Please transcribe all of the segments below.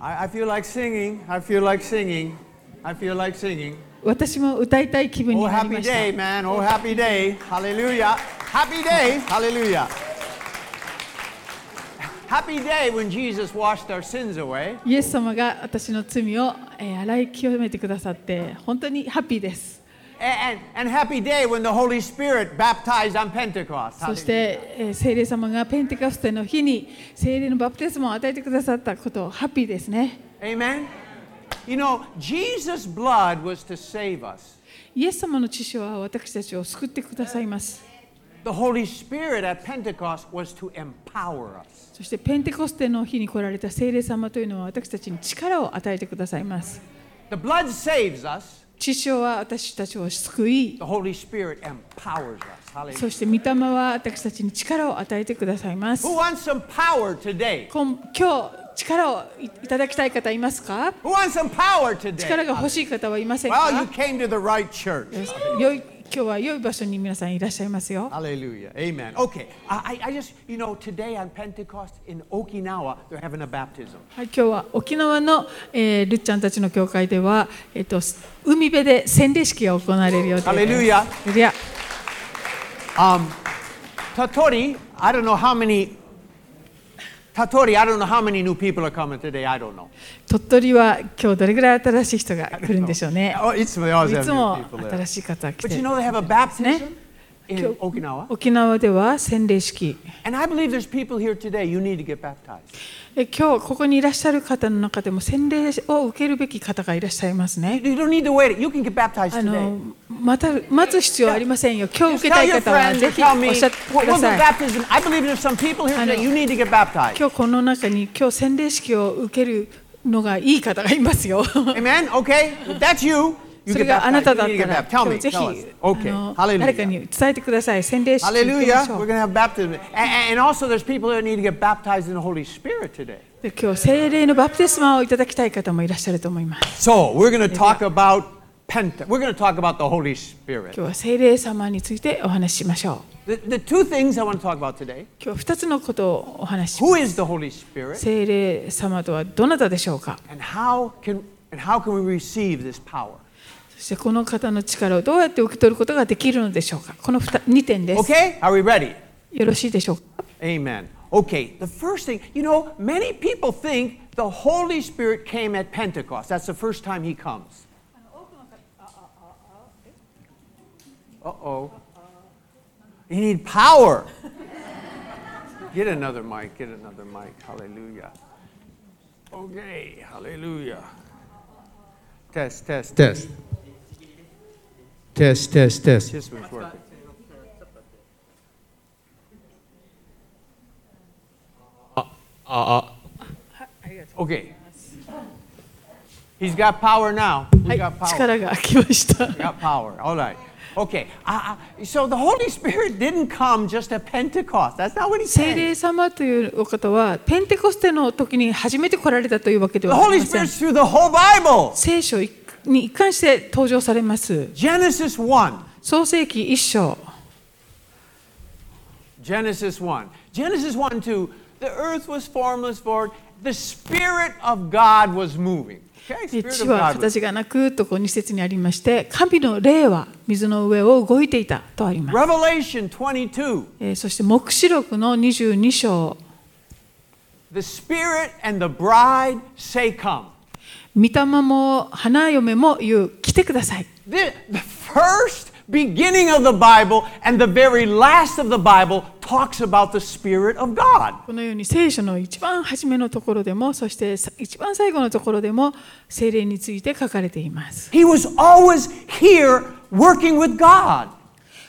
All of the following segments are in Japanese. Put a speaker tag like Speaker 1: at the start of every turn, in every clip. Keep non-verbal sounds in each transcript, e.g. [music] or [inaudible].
Speaker 1: I, I feel like singing. I feel like singing. I feel like singing.
Speaker 2: 私も歌いたい気分に
Speaker 1: Oh,
Speaker 2: なり
Speaker 1: happy
Speaker 2: ました
Speaker 1: day, man. Oh, happy day. Hallelujah. Happy day. Hallelujah. Happy day when Jesus washed our sins away.
Speaker 2: イエス様が私の罪を、えー洗い清めてくださって本当にハッピーです。
Speaker 1: A- And, and happy day when the Holy Spirit baptized on Pentecost.
Speaker 2: そして、えー聖霊様がペンテコステの日に聖霊のバプテスマを与えてくださったことをハッピーですね。
Speaker 1: Amen. You know, Jesus' blood was to save us.
Speaker 2: イエス様の血潮は私たちを救ってくださいます。
Speaker 1: The Holy Spirit at Pentecost was to empower us.
Speaker 2: そしてペンテコステの日に来られた聖霊様というのは私たちに力を与えてくださいます。
Speaker 1: The blood saves us.
Speaker 2: 血潮は私たちを救い、
Speaker 1: The Holy Spirit empowers us.
Speaker 2: そ
Speaker 1: Hallelujah.
Speaker 2: して御霊は私たちに力を与えてくださいます。
Speaker 1: Who wants some power today?
Speaker 2: こん今日力をいいただきたい方いますか
Speaker 1: Who wants some power today?
Speaker 2: 力が欲しい方はいません
Speaker 1: Well, you
Speaker 2: か
Speaker 1: came to the right church.
Speaker 2: 良い今日は良い場所に皆さんいらっしゃいますよ。
Speaker 1: Hallelujah. Amen. Okay. I, I I just, you know, today on Pentecost in Okinawa, they're having a baptism.
Speaker 2: はい、今日は沖縄の、えー、るっちゃんたちの教会では、えっと海辺で洗礼式が行われる予定です。
Speaker 1: Hallelujah.
Speaker 2: ハレルヤ
Speaker 1: Um, Tatori, I don't know how many. Tatori, I don't know how many new people are coming today. I don't know.
Speaker 2: 鳥取は今日どれぐらい新しい人が来るんでしょうね。
Speaker 1: Oh, it's they always
Speaker 2: い
Speaker 1: have
Speaker 2: つ
Speaker 1: new
Speaker 2: も
Speaker 1: people there.
Speaker 2: 新しい方が来
Speaker 1: But
Speaker 2: て
Speaker 1: you
Speaker 2: る。
Speaker 1: know they have a baptism in Okinawa,
Speaker 2: 沖縄では洗礼式。
Speaker 1: and I believe there's people here today. You need to get baptized.
Speaker 2: え今日ここにいらっしゃる方の中でも洗礼を受けるべき方がいらっしゃいますね。
Speaker 1: You don't need to wait. You can get baptized
Speaker 2: あ
Speaker 1: today.
Speaker 2: のまた待つ必要はありませんよ。今日
Speaker 1: Just
Speaker 2: 受
Speaker 1: tell
Speaker 2: けたい
Speaker 1: your
Speaker 2: 方は
Speaker 1: friend.
Speaker 2: ぜ
Speaker 1: and
Speaker 2: ひ
Speaker 1: Tell
Speaker 2: お
Speaker 1: me.
Speaker 2: っしゃって
Speaker 1: We'll
Speaker 2: く
Speaker 1: we'll do
Speaker 2: ださい。
Speaker 1: baptism. I believe there's some people here
Speaker 2: あの、
Speaker 1: today. You need to get baptized.
Speaker 2: 今日この中に今日洗礼式を受けるのがいい方がいますよ。
Speaker 1: Amen. Okay. If that's you. You
Speaker 2: それ
Speaker 1: get
Speaker 2: があな
Speaker 1: baptized.
Speaker 2: た
Speaker 1: You
Speaker 2: だ
Speaker 1: need
Speaker 2: っ
Speaker 1: to
Speaker 2: た
Speaker 1: get baptized. Tell
Speaker 2: ら今
Speaker 1: me.
Speaker 2: 日ぜひ
Speaker 1: Tell us.
Speaker 2: あ
Speaker 1: Okay.
Speaker 2: の誰か
Speaker 1: Hallelujah.
Speaker 2: に伝えてください。洗礼式に行きま
Speaker 1: Hallelujah.
Speaker 2: し
Speaker 1: We're going
Speaker 2: ょう
Speaker 1: to have baptism. And, and also, there's people that need to get baptized in the Holy Spirit today.
Speaker 2: で今日聖霊のバプテスマをいただきたい方もいらっしゃると思います。
Speaker 1: So, we're going to talk about Penta. We're going to talk about the Holy Spirit.
Speaker 2: 今日は聖霊様についてお話ししましょう。
Speaker 1: The, the two things I want to talk about today
Speaker 2: 今日二つのことをお話ししま
Speaker 1: who is the Holy
Speaker 2: す
Speaker 1: Spirit,
Speaker 2: 聖霊様とはどなたでしょうか
Speaker 1: and how can, and how can we receive this power?
Speaker 2: そしてこの方の力をどうやって受け取ることができるのでしょうかこの 2, 2点です。
Speaker 1: Okay? Are we ready?
Speaker 2: よろしいでしょうか
Speaker 1: Amen. Okay, the first thing, you know, many people think the Holy Spirit came at Pentecost. That's the first time he comes. Uh oh. You need power. [laughs] Get another mic, get another mic. Hallelujah. Okay, hallelujah. Test, test,
Speaker 3: Test. Test, test, test.
Speaker 1: This one's working.
Speaker 3: Uh,
Speaker 1: Okay. He's got power now. He
Speaker 2: は
Speaker 1: got
Speaker 2: い、
Speaker 1: power.
Speaker 2: 力が来ました。
Speaker 1: He got power. All right. Okay. Uh, uh, so the Holy Spirit didn't come just at Pentecost. That's not what he
Speaker 2: 聖
Speaker 1: said.
Speaker 2: 霊様というお方は、ペンテコステの時に初めて来られたというわけ
Speaker 1: The
Speaker 2: ではあ
Speaker 1: Holy
Speaker 2: りません
Speaker 1: Spirit's。through the whole Bible.
Speaker 2: 聖書に一貫して登場されます。
Speaker 1: Genesis 1.
Speaker 2: 創世記一章。
Speaker 1: Genesis 1. Genesis 1 2. The earth was formless, void. The Spirit of God was moving. Okay?
Speaker 2: え
Speaker 1: Spirit
Speaker 2: 地
Speaker 1: of God. Was
Speaker 2: は形がなくとこう二節にありまして、神の霊は水の上を動いていたとあります。
Speaker 1: Revelation 22.
Speaker 2: えーそして黙示録の22章。
Speaker 1: The Spirit and the bride say, Come.
Speaker 2: 御霊も花嫁も言う来てください
Speaker 1: The, the first beginning of the Bible and the very last of the Bible talks about the Spirit of God.
Speaker 2: このように聖書の一番初めのところでもそしてさ一番最後のところでも聖霊について書かれています
Speaker 1: He was always here working with God.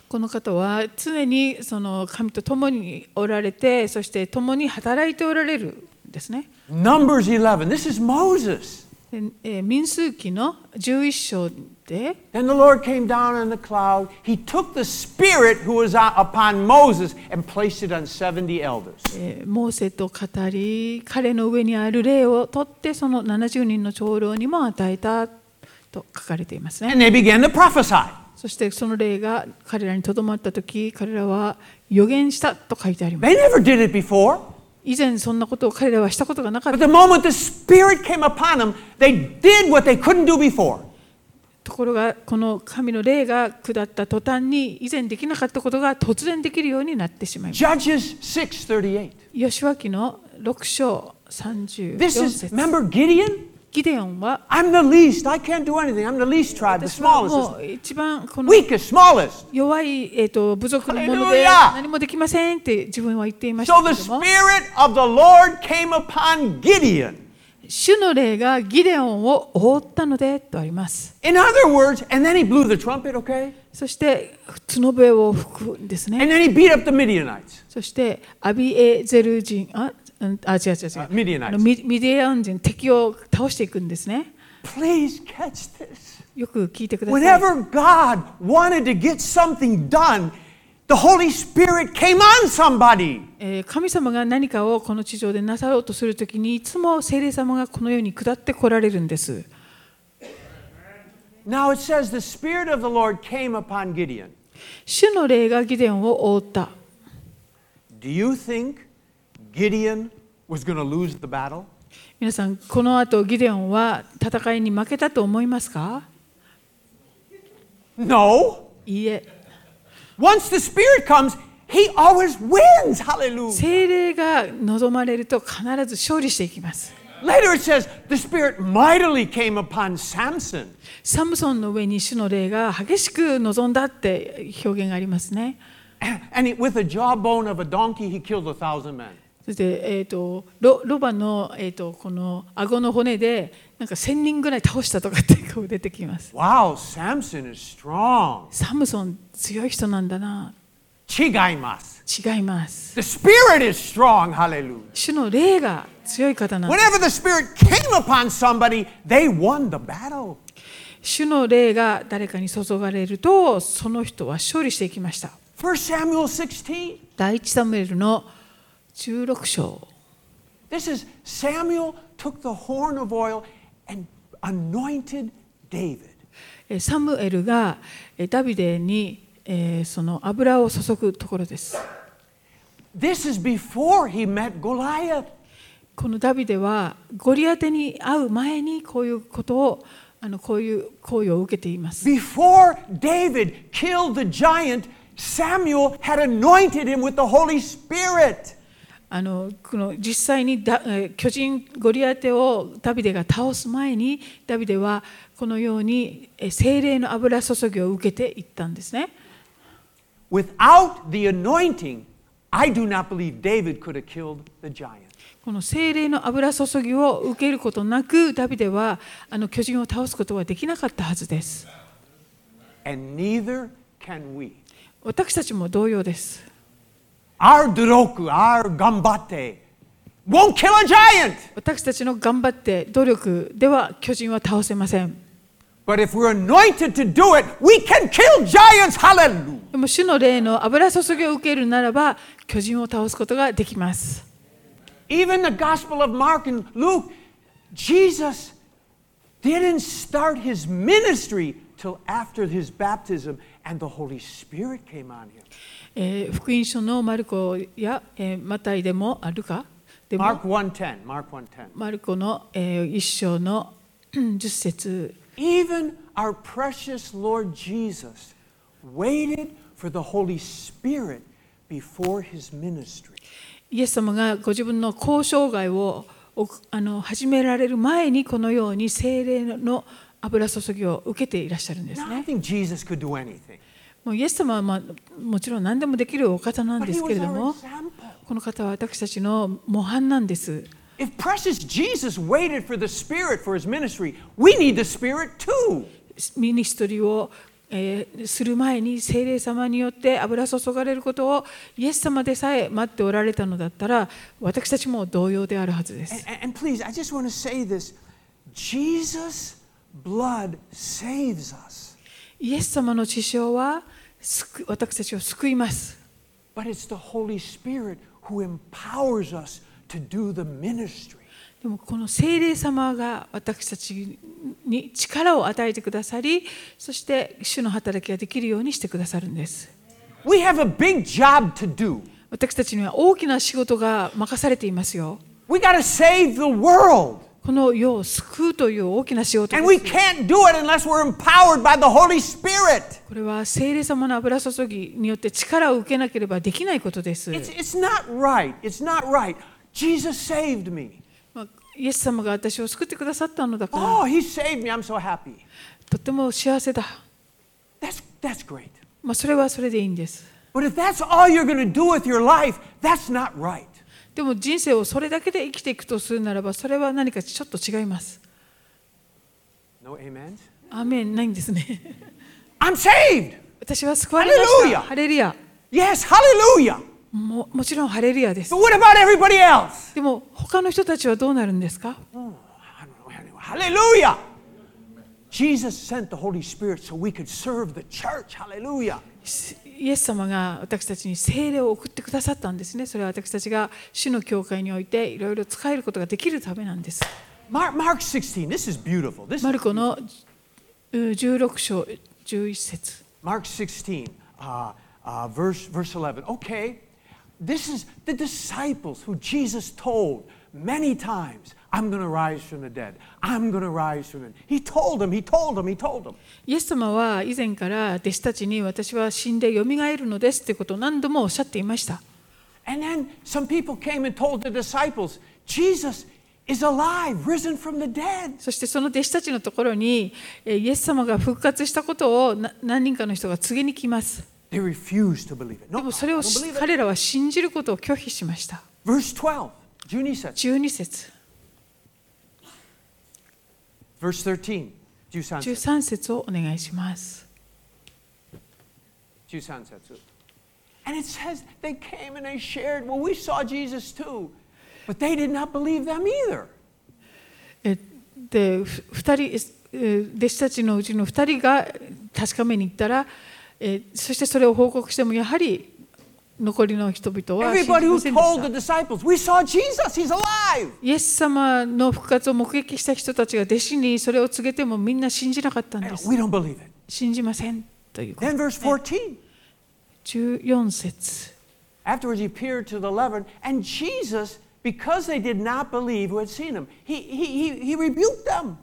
Speaker 2: この方は常にその神と共におられてそして共に働いておられるんですね
Speaker 1: Numbers 11. This is Moses.
Speaker 2: でえー民数記の11章で
Speaker 1: Then the Lord came down in the cloud. He took the Spirit who was on- upon Moses and placed it on 70 elders.
Speaker 2: えーモーセと語り彼の上にある霊を取ってその70人の長老にも与えたと書かれていますね
Speaker 1: And they began to prophesy.
Speaker 2: そしてその霊が彼らにとどまった時彼らは予言したと書いてあります。
Speaker 1: They never did it before.
Speaker 2: 以前そんなことを彼らはしたことがなかっ
Speaker 1: But
Speaker 2: た
Speaker 1: the moment the Spirit came upon them, they did what they couldn't do before.
Speaker 2: ところがこの神の霊が下った途端に以前できなかったことが突然できるようになってしまいます
Speaker 1: Judges 6:38.
Speaker 2: 吉脇の6章
Speaker 1: This
Speaker 2: 34
Speaker 1: is
Speaker 2: 節
Speaker 1: remember Gideon?
Speaker 2: ギデオンは
Speaker 1: I'm the least. I can't do anything. I'm the least tribe, the
Speaker 2: 私
Speaker 1: smallest,
Speaker 2: はもう一番こ
Speaker 1: the
Speaker 2: の
Speaker 1: weakest, smallest.
Speaker 2: 弱い、えー、と部族のもので
Speaker 1: Hallelujah!
Speaker 2: 何もできませんって自分は言っていまし
Speaker 1: So
Speaker 2: たけ
Speaker 1: the
Speaker 2: れども
Speaker 1: Spirit of the Lord came upon Gideon.
Speaker 2: 主の霊がギデオンを覆ったのでとあります
Speaker 1: In other words, and then he blew the trumpet, okay?
Speaker 2: そして角笛を吹くんですね
Speaker 1: And then he beat up the Midianites.
Speaker 2: そしてアビエゼル人あうんあ違う違う違
Speaker 1: あ
Speaker 2: う
Speaker 1: ミディアナイト
Speaker 2: あのミミディアン人敵を倒していくんですね
Speaker 1: Please catch this.
Speaker 2: よく聞いてください
Speaker 1: Whenever God wanted to get something done, the Holy Spirit came on somebody.
Speaker 2: えー神様が何かをこの地上でなさろうとするときにいつも聖霊様がこの世に下ってこられるんです
Speaker 1: Now it says the Spirit of the Lord came upon Gideon.
Speaker 2: 主の霊がギデオンを覆った
Speaker 1: Do you think Gideon was going to lose the battle?
Speaker 2: 皆さんこの後ギデオンは戦いに負けたと思いますか
Speaker 1: No.
Speaker 2: いいえ
Speaker 1: Once the Spirit comes, he always wins. Hallelujah.
Speaker 2: 聖霊が望まれると必ず勝利していきます
Speaker 1: Later it says the Spirit mightily came upon Samson.
Speaker 2: サムソンの上に主の霊が激しく望んだって表現がありますね
Speaker 1: And he- with a jawbone of a donkey, he killed a thousand men.
Speaker 2: そして、えー、とロロバの、えー、とこの顎の骨でなんか1000人ぐらい倒したとかってこう出てきます
Speaker 1: Wow, Samson is strong.
Speaker 2: サムソン強い人なんだな
Speaker 1: Chigaimas.
Speaker 2: 違います
Speaker 1: The Spirit is strong. Hallelujah.
Speaker 2: 主の霊が強い方なんだ
Speaker 1: Whenever the Spirit came upon somebody, they won the battle.
Speaker 2: 主の霊が誰かに注がれるとその人は勝利していきました
Speaker 1: 1 Samuel 16.
Speaker 2: 第一サムエルの16章
Speaker 1: This is Samuel took the horn of oil and anointed David.
Speaker 2: えーサムエルがえーダビデにえーその油を注ぐところです。
Speaker 1: This is before he met Goliath.
Speaker 2: このダビデはゴリアテに会う前にこういうことをあのこういう行為を受けています。
Speaker 1: Before David killed the giant, Samuel had anointed him with the Holy Spirit.
Speaker 2: あのこの実際にだえー巨人ゴリアテをダビデが倒す前にダビデはこのようにえー精霊の油注ぎを受けていったんですね。
Speaker 1: Without the anointing, I do not believe David could have killed the giant.
Speaker 2: この精霊の油注ぎを受けることなくダビデはあの巨人を倒すことはできなかったはずです。
Speaker 1: And neither can we.
Speaker 2: 私たちも同様です。
Speaker 1: Our duroku, our gambate, won't kill a giant.
Speaker 2: 私たちの頑張って努力では巨人は倒せません。
Speaker 1: But if we're anointed to do it, we can kill giants. Hallelujah.
Speaker 2: でも主の霊の油注ぎを受けるならば巨人を倒すことができます。
Speaker 1: Even the Gospel of Mark and Luke, Jesus didn't start his ministry till after his baptism and the Holy Spirit came on him.
Speaker 2: えー福音書のマルコや、えーマタイでもあルカでも
Speaker 1: Mark 1:10, Mark 1:10.
Speaker 2: マルコの、えー一章の [clears throat] うん10節
Speaker 1: Even our precious Lord Jesus waited for the Holy Spirit before his ministry.
Speaker 2: イエス様がご自分の交渉外をおあの始められる前にこのように精霊の油注ぎを受けていらっしゃるんです
Speaker 1: Now,
Speaker 2: ね
Speaker 1: I。think Jesus could do anything.
Speaker 2: もうイエス様は、まあ、もちろん何でもできるお方なんで
Speaker 1: But he
Speaker 2: すけれ
Speaker 1: was our
Speaker 2: ども
Speaker 1: example.
Speaker 2: この方は私たちの模範なんです。
Speaker 1: If precious Jesus waited for the Spirit for his ministry, we need the Spirit too.
Speaker 2: ミニストリーを、えーする前に聖霊様によって油注がれることをイエス様でさえ待っておられたのだったら私たちも同様であるはずで
Speaker 1: And,
Speaker 2: す。
Speaker 1: and- and please, I just want to say this Jesus' blood saves us,
Speaker 2: イエス様の血潮は救い私たちを救います。
Speaker 1: but it's the Holy Spirit who empowers us to do the ministry.
Speaker 2: でもこの聖霊様が私たちに力を与えてくださりそして主の働きができるようにしてくださるんです。
Speaker 1: We have a big job to do.
Speaker 2: 私私たちには大きな仕事が任されていますよ。
Speaker 1: We got to save the world.
Speaker 2: この世を救うという大きな仕事
Speaker 1: And
Speaker 2: で
Speaker 1: we
Speaker 2: す。
Speaker 1: can't do it unless we're empowered by the Holy Spirit.
Speaker 2: これは聖霊様の油注ぎによって力を受けなければできないことです。
Speaker 1: It's, it's not right. It's not right. Jesus saved me.
Speaker 2: まあイエス様が私を救ってくださったのだから、
Speaker 1: Oh, he saved me. I'm so happy.
Speaker 2: とても幸せだ。
Speaker 1: That's, that's great.
Speaker 2: まあ、それはそれでいいんです。
Speaker 1: But if that's all you're going to do with your life, that's not right.
Speaker 2: でも人生をそれだけで生きていくとするならば、それは何かちょっと違います。
Speaker 1: No amens?
Speaker 2: アーメンないんですね。 [laughs]
Speaker 1: I'm saved.
Speaker 2: 私は救われました。
Speaker 1: ハ
Speaker 2: ハレルヤ。
Speaker 1: Yes, hallelujah.
Speaker 2: ももちろんハレルヤです。
Speaker 1: But what about everybody else?
Speaker 2: でも他の人たちはどうなるんですか
Speaker 1: Oh, I don't know. Anyway, Hallelujah. Jesus sent the Holy Spirit so we could serve the church. Hallelujah.
Speaker 2: イエス様が私たちに聖霊を送ってくださったんですね。それは私たちが主の教会においていろいろ使えることができるためなんです。
Speaker 1: Mark, Mark 16. This is beautiful. This
Speaker 2: マ
Speaker 1: is
Speaker 2: ルコのう16章11節
Speaker 1: Mark 16, uh, uh, verse, verse 11. Okay, this is the disciples who Jesus told many times, I'm going to rise from the dead. I'm going to rise from the dead. He told them, he told them, he told them.
Speaker 2: イエス様は以前から弟子たちに私は死んでよみがえるのですということを何度もおっしゃっていました。
Speaker 1: And then some people came and told the disciples, Jesus is alive, risen from the dead.
Speaker 2: そしてその弟子たちのところにえーイエス様が復活したことをな何人かの人が告げに来ます。
Speaker 1: They refused to believe it. No,
Speaker 2: で
Speaker 1: I don't
Speaker 2: もそれを
Speaker 1: believe it.
Speaker 2: 彼らは信じることを拒否しました。
Speaker 1: Verse 12, Junie said.
Speaker 2: 12節、
Speaker 1: Verse 13, Jusan
Speaker 2: 13節をお願いします。
Speaker 1: 13節. And it says they came and they shared, well, we saw Jesus too. But they did not believe them either.
Speaker 2: えで、ふ二人えー弟子たちのうちの2人がえー確かめに行ったら、えーそしてそれを報告しても、やはり残りの人々は信じま
Speaker 1: Everybody who
Speaker 2: せんで
Speaker 1: told
Speaker 2: し
Speaker 1: the
Speaker 2: た。
Speaker 1: disciples, we saw Jesus, he's alive.
Speaker 2: イエス様の復活を目撃した人たちが弟子にそれを告げてもみんな信じなかったんで
Speaker 1: And
Speaker 2: す
Speaker 1: we。don't believe it.
Speaker 2: 信じませんということ
Speaker 1: Then verse 14.
Speaker 2: 14節
Speaker 1: Afterwards, he appeared to the eleven, and Jesus, because they did not believe who had seen him, he, he, he, he rebuked them.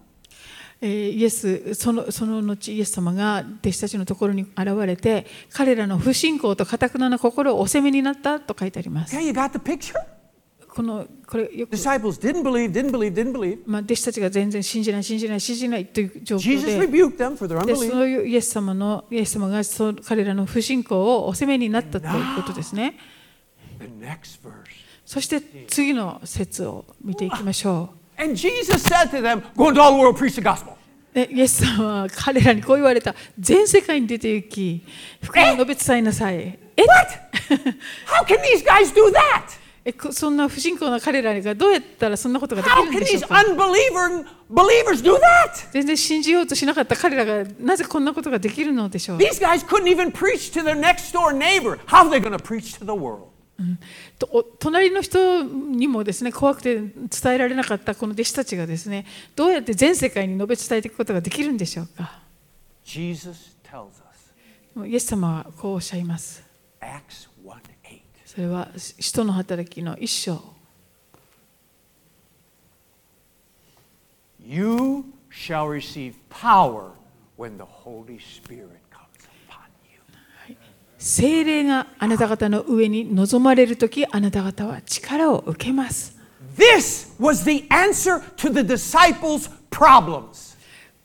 Speaker 2: えーイエスそのその後イエス様が弟子たちのところに現れて彼らの不信仰と堅くなな心をお責めになったと書いてあります
Speaker 1: Okay, you got the picture?
Speaker 2: このこれよく、
Speaker 1: Disciples didn't believe, didn't believe, didn't believe.
Speaker 2: まあ、弟子たちが全然信じない信じない信じないという状況
Speaker 1: Jesus
Speaker 2: で
Speaker 1: rebuked them for their
Speaker 2: でそ
Speaker 1: unbelief.
Speaker 2: ういうイエス様のイエス様がそう彼らの不信仰をお責めになったということですね
Speaker 1: The next verse.
Speaker 2: そして次の説を見ていきましょう
Speaker 1: And Jesus said to them, Go into all the world, preach the gospel.
Speaker 2: でイエス様は彼らにこう言われた全世界に出て行き福音を述べ伝えなさいえ
Speaker 1: What? How can these guys do that?
Speaker 2: [laughs] えこそんな不信仰な彼らがどうやったらそんなことができ
Speaker 1: How
Speaker 2: るん
Speaker 1: can
Speaker 2: でし
Speaker 1: these
Speaker 2: ょうか
Speaker 1: unbeliever believers do that?
Speaker 2: 全然信じようとしなかった彼らがなぜこんなことができるのでしょう
Speaker 1: These guys couldn't even preach to their next door neighbor. How are they going to preach to the world?
Speaker 2: とお隣の人にもですね怖くて伝えられなかったこの弟子たちがですねどうやって全世界に述べ伝えていくことができるんでしょうか
Speaker 1: Jesus tells us,
Speaker 2: もうイエス様はこうおっしゃいます
Speaker 1: Acts 1 8.
Speaker 2: それは使徒の働きの一章
Speaker 1: You shall receive power when the Holy Spirit comes upon you.
Speaker 2: 聖霊があなた方の上に臨まれるときあなた方は力を受けます
Speaker 1: This was the answer to the disciples' problems.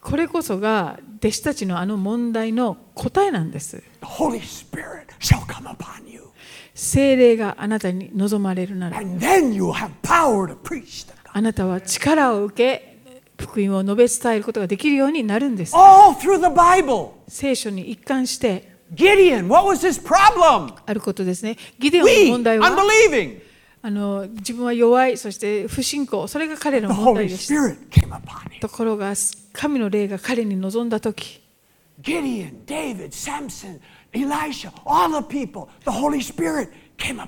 Speaker 2: これこそが弟子たちのあの問題の答えなんです
Speaker 1: The Holy Spirit shall come upon you,
Speaker 2: 聖霊があなたに望まれるなら
Speaker 1: and then you will have power to preach the gospel.
Speaker 2: あなたは力を受け福音を述べ伝えることができるようになるんです
Speaker 1: all through the Bible.
Speaker 2: 聖書に一貫して
Speaker 1: Gideon, what was his problem?
Speaker 2: あることですねギデオン
Speaker 1: We,
Speaker 2: の問題は
Speaker 1: unbelieving.
Speaker 2: あの自分は弱いそして不信仰それが彼の
Speaker 1: The
Speaker 2: 問
Speaker 1: Holy
Speaker 2: 題でした
Speaker 1: Spirit came upon him.
Speaker 2: ところが神の霊が彼に望んだとき
Speaker 1: Gideon, David, Samson, Elisha, all the people, the Holy Spirit came upon them.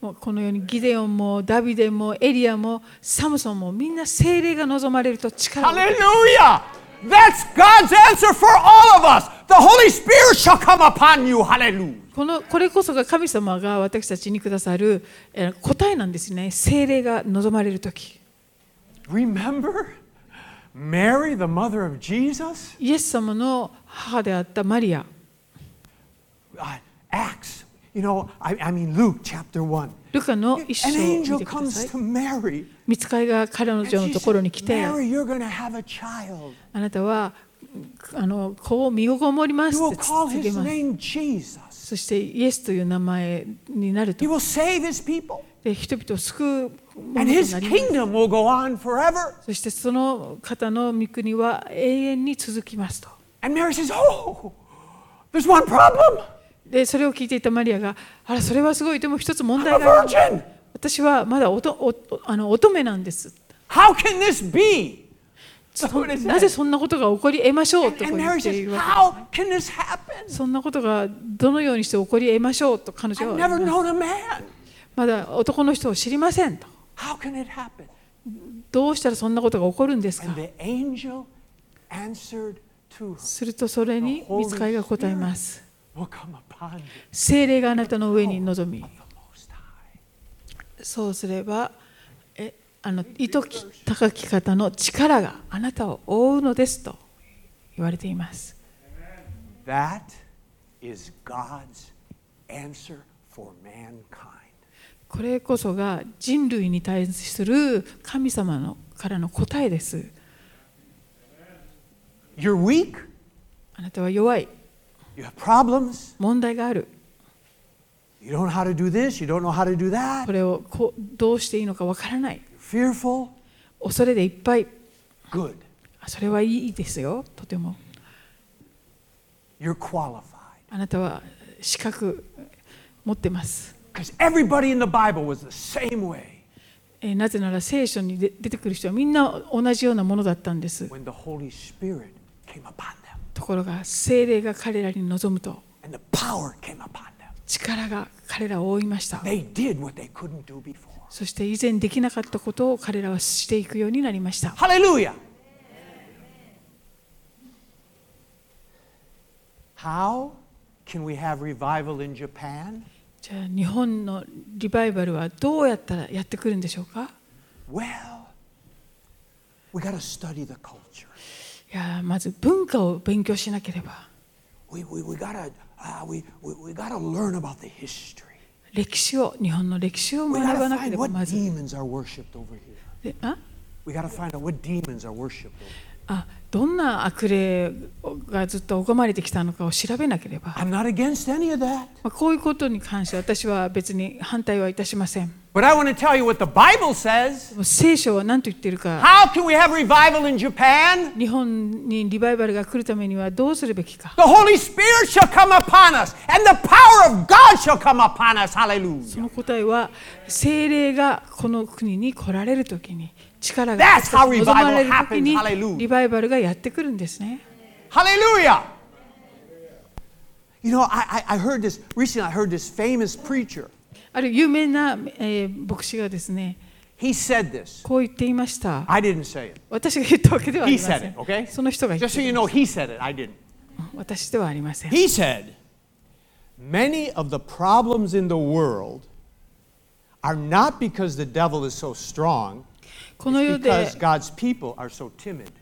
Speaker 2: もうこのようにギデオンもダビデもエリアもサムソンもみんな聖霊が望まれると力を
Speaker 1: Hallelujah! That's God's answer for all of us. the Holy Spirit shall come upon you. Hallelujah.
Speaker 2: このこれこそが神様が私たちにくださるえー答えなんですね精霊が望まれる時
Speaker 1: Remember Mary, the mother of Jesus?
Speaker 2: イエス様の母であったマリア
Speaker 1: Uh, Acts. You know, I, I mean, Luke chapter 1.
Speaker 2: ルカの
Speaker 1: An
Speaker 2: 一章を見
Speaker 1: angel
Speaker 2: てくださ
Speaker 1: comes
Speaker 2: い
Speaker 1: to Mary.
Speaker 2: 見つかりが彼
Speaker 1: and
Speaker 2: 女の
Speaker 1: she
Speaker 2: ところに
Speaker 1: said,
Speaker 2: 来て
Speaker 1: Mary, you're going to have a child.
Speaker 2: あなたはあの子を身をごもります
Speaker 1: You will
Speaker 2: と
Speaker 1: call
Speaker 2: 告げ
Speaker 1: his
Speaker 2: ます
Speaker 1: name Jesus.
Speaker 2: そしてイエスという名前になる
Speaker 1: He
Speaker 2: と
Speaker 1: will save his people,
Speaker 2: で人々を救うもの
Speaker 1: and
Speaker 2: に
Speaker 1: his
Speaker 2: なります
Speaker 1: kingdom will go on forever.
Speaker 2: そしてその方の御国は永遠に続きますと
Speaker 1: And Mary says, Oh, there's one problem.
Speaker 2: でそれを聞いていたマリアがあらそれはすごいでも一つ
Speaker 1: I'm
Speaker 2: 問
Speaker 1: a
Speaker 2: 題がある
Speaker 1: virgin.
Speaker 2: 私はまだおとおとあの乙女なんです
Speaker 1: How can this be?
Speaker 2: そ
Speaker 1: What is that?
Speaker 2: なぜそんなことが起こり得ましょう
Speaker 1: And,
Speaker 2: と
Speaker 1: and
Speaker 2: こう言
Speaker 1: Mary
Speaker 2: ってい
Speaker 1: says,
Speaker 2: るわけ
Speaker 1: How can this happen?
Speaker 2: そんなことがどのようにして起こり得ましょうと彼女
Speaker 1: I've
Speaker 2: は
Speaker 1: never
Speaker 2: 言いま
Speaker 1: known
Speaker 2: す
Speaker 1: a man.
Speaker 2: まだ男の人を知りませんと
Speaker 1: How can it happen?
Speaker 2: どうしたらそんなことが起こるんですか
Speaker 1: And the angel answered to her,
Speaker 2: するとそれに見つかりが答えます。
Speaker 1: Will come upon you
Speaker 2: 精霊があなたの上に臨み
Speaker 1: of、the Most High.
Speaker 2: そうすれば、えあの意図き高き方の力があなたを覆うのですと言われています。
Speaker 1: That is God's answer for mankind.
Speaker 2: これこそが人類に対する神様のからの答えです。
Speaker 1: You're weak,
Speaker 2: あなたは弱い、
Speaker 1: you have problems,
Speaker 2: 問題がある、
Speaker 1: you don't know how to do this, you don't know how to do that,
Speaker 2: これをこうどうしていいのかわからない、
Speaker 1: you're fearful.
Speaker 2: 恐れでいっぱい、
Speaker 1: Good.
Speaker 2: あそれはいいですよ、とても。
Speaker 1: You're qualified.
Speaker 2: あなたは資格持ってます。
Speaker 1: Because everybody in the Bible was the same way.
Speaker 2: えーなぜなら聖書にで出てくる人はみんな同じようなものだったんです。
Speaker 1: when the Holy Spirit came upon them
Speaker 2: ところが聖霊が彼らに臨むと
Speaker 1: and the power came upon them.
Speaker 2: 力が彼らを覆いました。
Speaker 1: They did what they couldn't do before.
Speaker 2: そして以前できなかったことを彼らはしていくようになりました。
Speaker 1: Hallelujah. How can we have revival in Japan?
Speaker 2: じゃあ日本のリバイバルはどうやったらやってくるんでしょうか
Speaker 1: Well, we got to study the culture.
Speaker 2: いやーまず文化を勉強しなければ
Speaker 1: We, we, we got to uh, we, we, we gotta learn about the history.
Speaker 2: 歴史を日本の歴史を
Speaker 1: We
Speaker 2: 学
Speaker 1: got to
Speaker 2: ばなけ
Speaker 1: find
Speaker 2: ればま
Speaker 1: what
Speaker 2: ず。
Speaker 1: demons are worshipped over here.
Speaker 2: であ
Speaker 1: We got to find out what demons are worshipped over here.
Speaker 2: あどんな悪霊がずっと拝まれてきたのかを調べなければ。
Speaker 1: I'm not against any of that.
Speaker 2: まあ、こういうことに関して私は別に反対はいたしません。
Speaker 1: But I want to tell you what the Bible says.
Speaker 2: でも聖書は何と言っているか、
Speaker 1: How can we have revival in Japan?
Speaker 2: 日本にリバイバルが来るためにはどうするべきか。
Speaker 1: The Holy Spirit shall come upon us, and the power of God shall come upon us. Hallelujah.
Speaker 2: その答えは、精霊がこの国に来られるときに、力が
Speaker 1: That's how
Speaker 2: 望まれるとき
Speaker 1: revival happens. Hallelujah.
Speaker 2: に、リバイバルがやってくるんですね。
Speaker 1: Hallelujah. You know, I, I, I heard this recently, I heard this famous preacher.
Speaker 2: ある有名な、えー牧師がですね、
Speaker 1: He said this.
Speaker 2: こう言っていました。
Speaker 1: I didn't say it.
Speaker 2: 私が言ったわけではあ
Speaker 1: He
Speaker 2: りませ
Speaker 1: said it,
Speaker 2: ん。
Speaker 1: okay?
Speaker 2: その人が言っ
Speaker 1: Just so
Speaker 2: て
Speaker 1: you know, he said it. I didn't.
Speaker 2: 私ではありません。
Speaker 1: He said, Many of the problems in the world are not because the devil is so strong,
Speaker 2: この世
Speaker 1: it's
Speaker 2: で
Speaker 1: because God's people are so timid.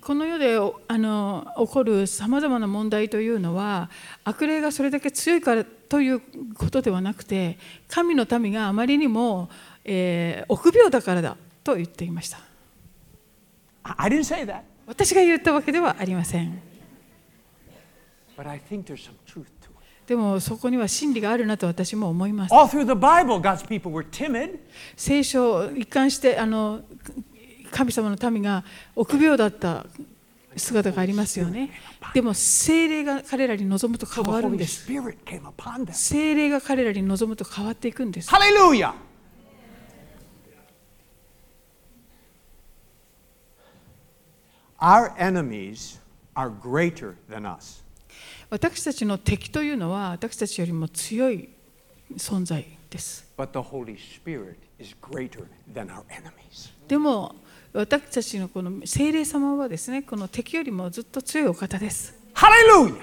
Speaker 2: この世でおあの起こるさまざまな問題というのは悪霊がそれだけ強いからということではなくて神の民があまりにも、えー臆病だからだと言っていました
Speaker 1: I I didn't say that,
Speaker 2: 私が言ったわけではありません
Speaker 1: but I think there's some truth to it.
Speaker 2: でもそこには真理があるなと私も思います
Speaker 1: All through the Bible, God's people were timid.
Speaker 2: 聖書一貫してあの神様の民が臆病だった姿がありますよねでも精霊が彼らに望むと
Speaker 1: So
Speaker 2: 変
Speaker 1: the
Speaker 2: わるん
Speaker 1: Holy
Speaker 2: です
Speaker 1: Spirit came upon them.
Speaker 2: 精霊が彼らに望むと変わっていくんです
Speaker 1: Hallelujah! Our enemies are greater than us.
Speaker 2: 私たちの敵というのは私たちよりも強い存在です。
Speaker 1: But the Holy Spirit is greater than our enemies.
Speaker 2: でも私たちのこの聖霊様はですね、この敵よりもずっと強いお方です。
Speaker 1: Hallelujah.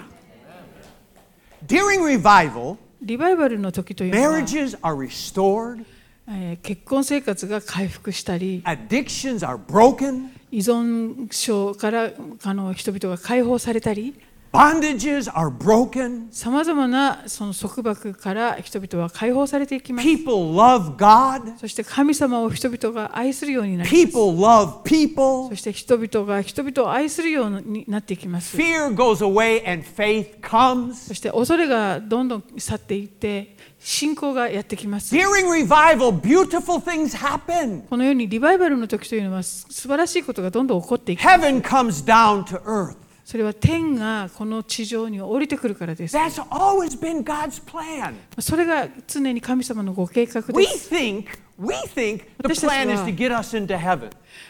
Speaker 1: During revival,
Speaker 2: リバイバルの時というのは、
Speaker 1: marriages are restored,
Speaker 2: えー結婚生活が回復したり、
Speaker 1: addictions are broken,
Speaker 2: 依存症からあの人々が解放されたり、
Speaker 1: bondages are broken.
Speaker 2: さまざまなその束縛から人々は解放されていきます。
Speaker 1: People love God.
Speaker 2: そして神様を人々が愛するようになります。
Speaker 1: People love people.
Speaker 2: そして人々が人々を愛するようになっていきます。
Speaker 1: Fear goes away and faith
Speaker 2: そ
Speaker 1: comes.
Speaker 2: して恐れがどんどん去っていって、信仰がやってきます。
Speaker 1: During revival, beautiful things happen.
Speaker 2: このようにリバイバルの時というのはす素晴らしいことがどんどん起こっていく。
Speaker 1: Heaven comes down to earth.
Speaker 2: それは天がこの地上に降りてくるからです。
Speaker 1: That's always been God's plan.
Speaker 2: それが常に神様のご計画で
Speaker 1: We
Speaker 2: す。
Speaker 1: think, we think the plan is to get us into heaven.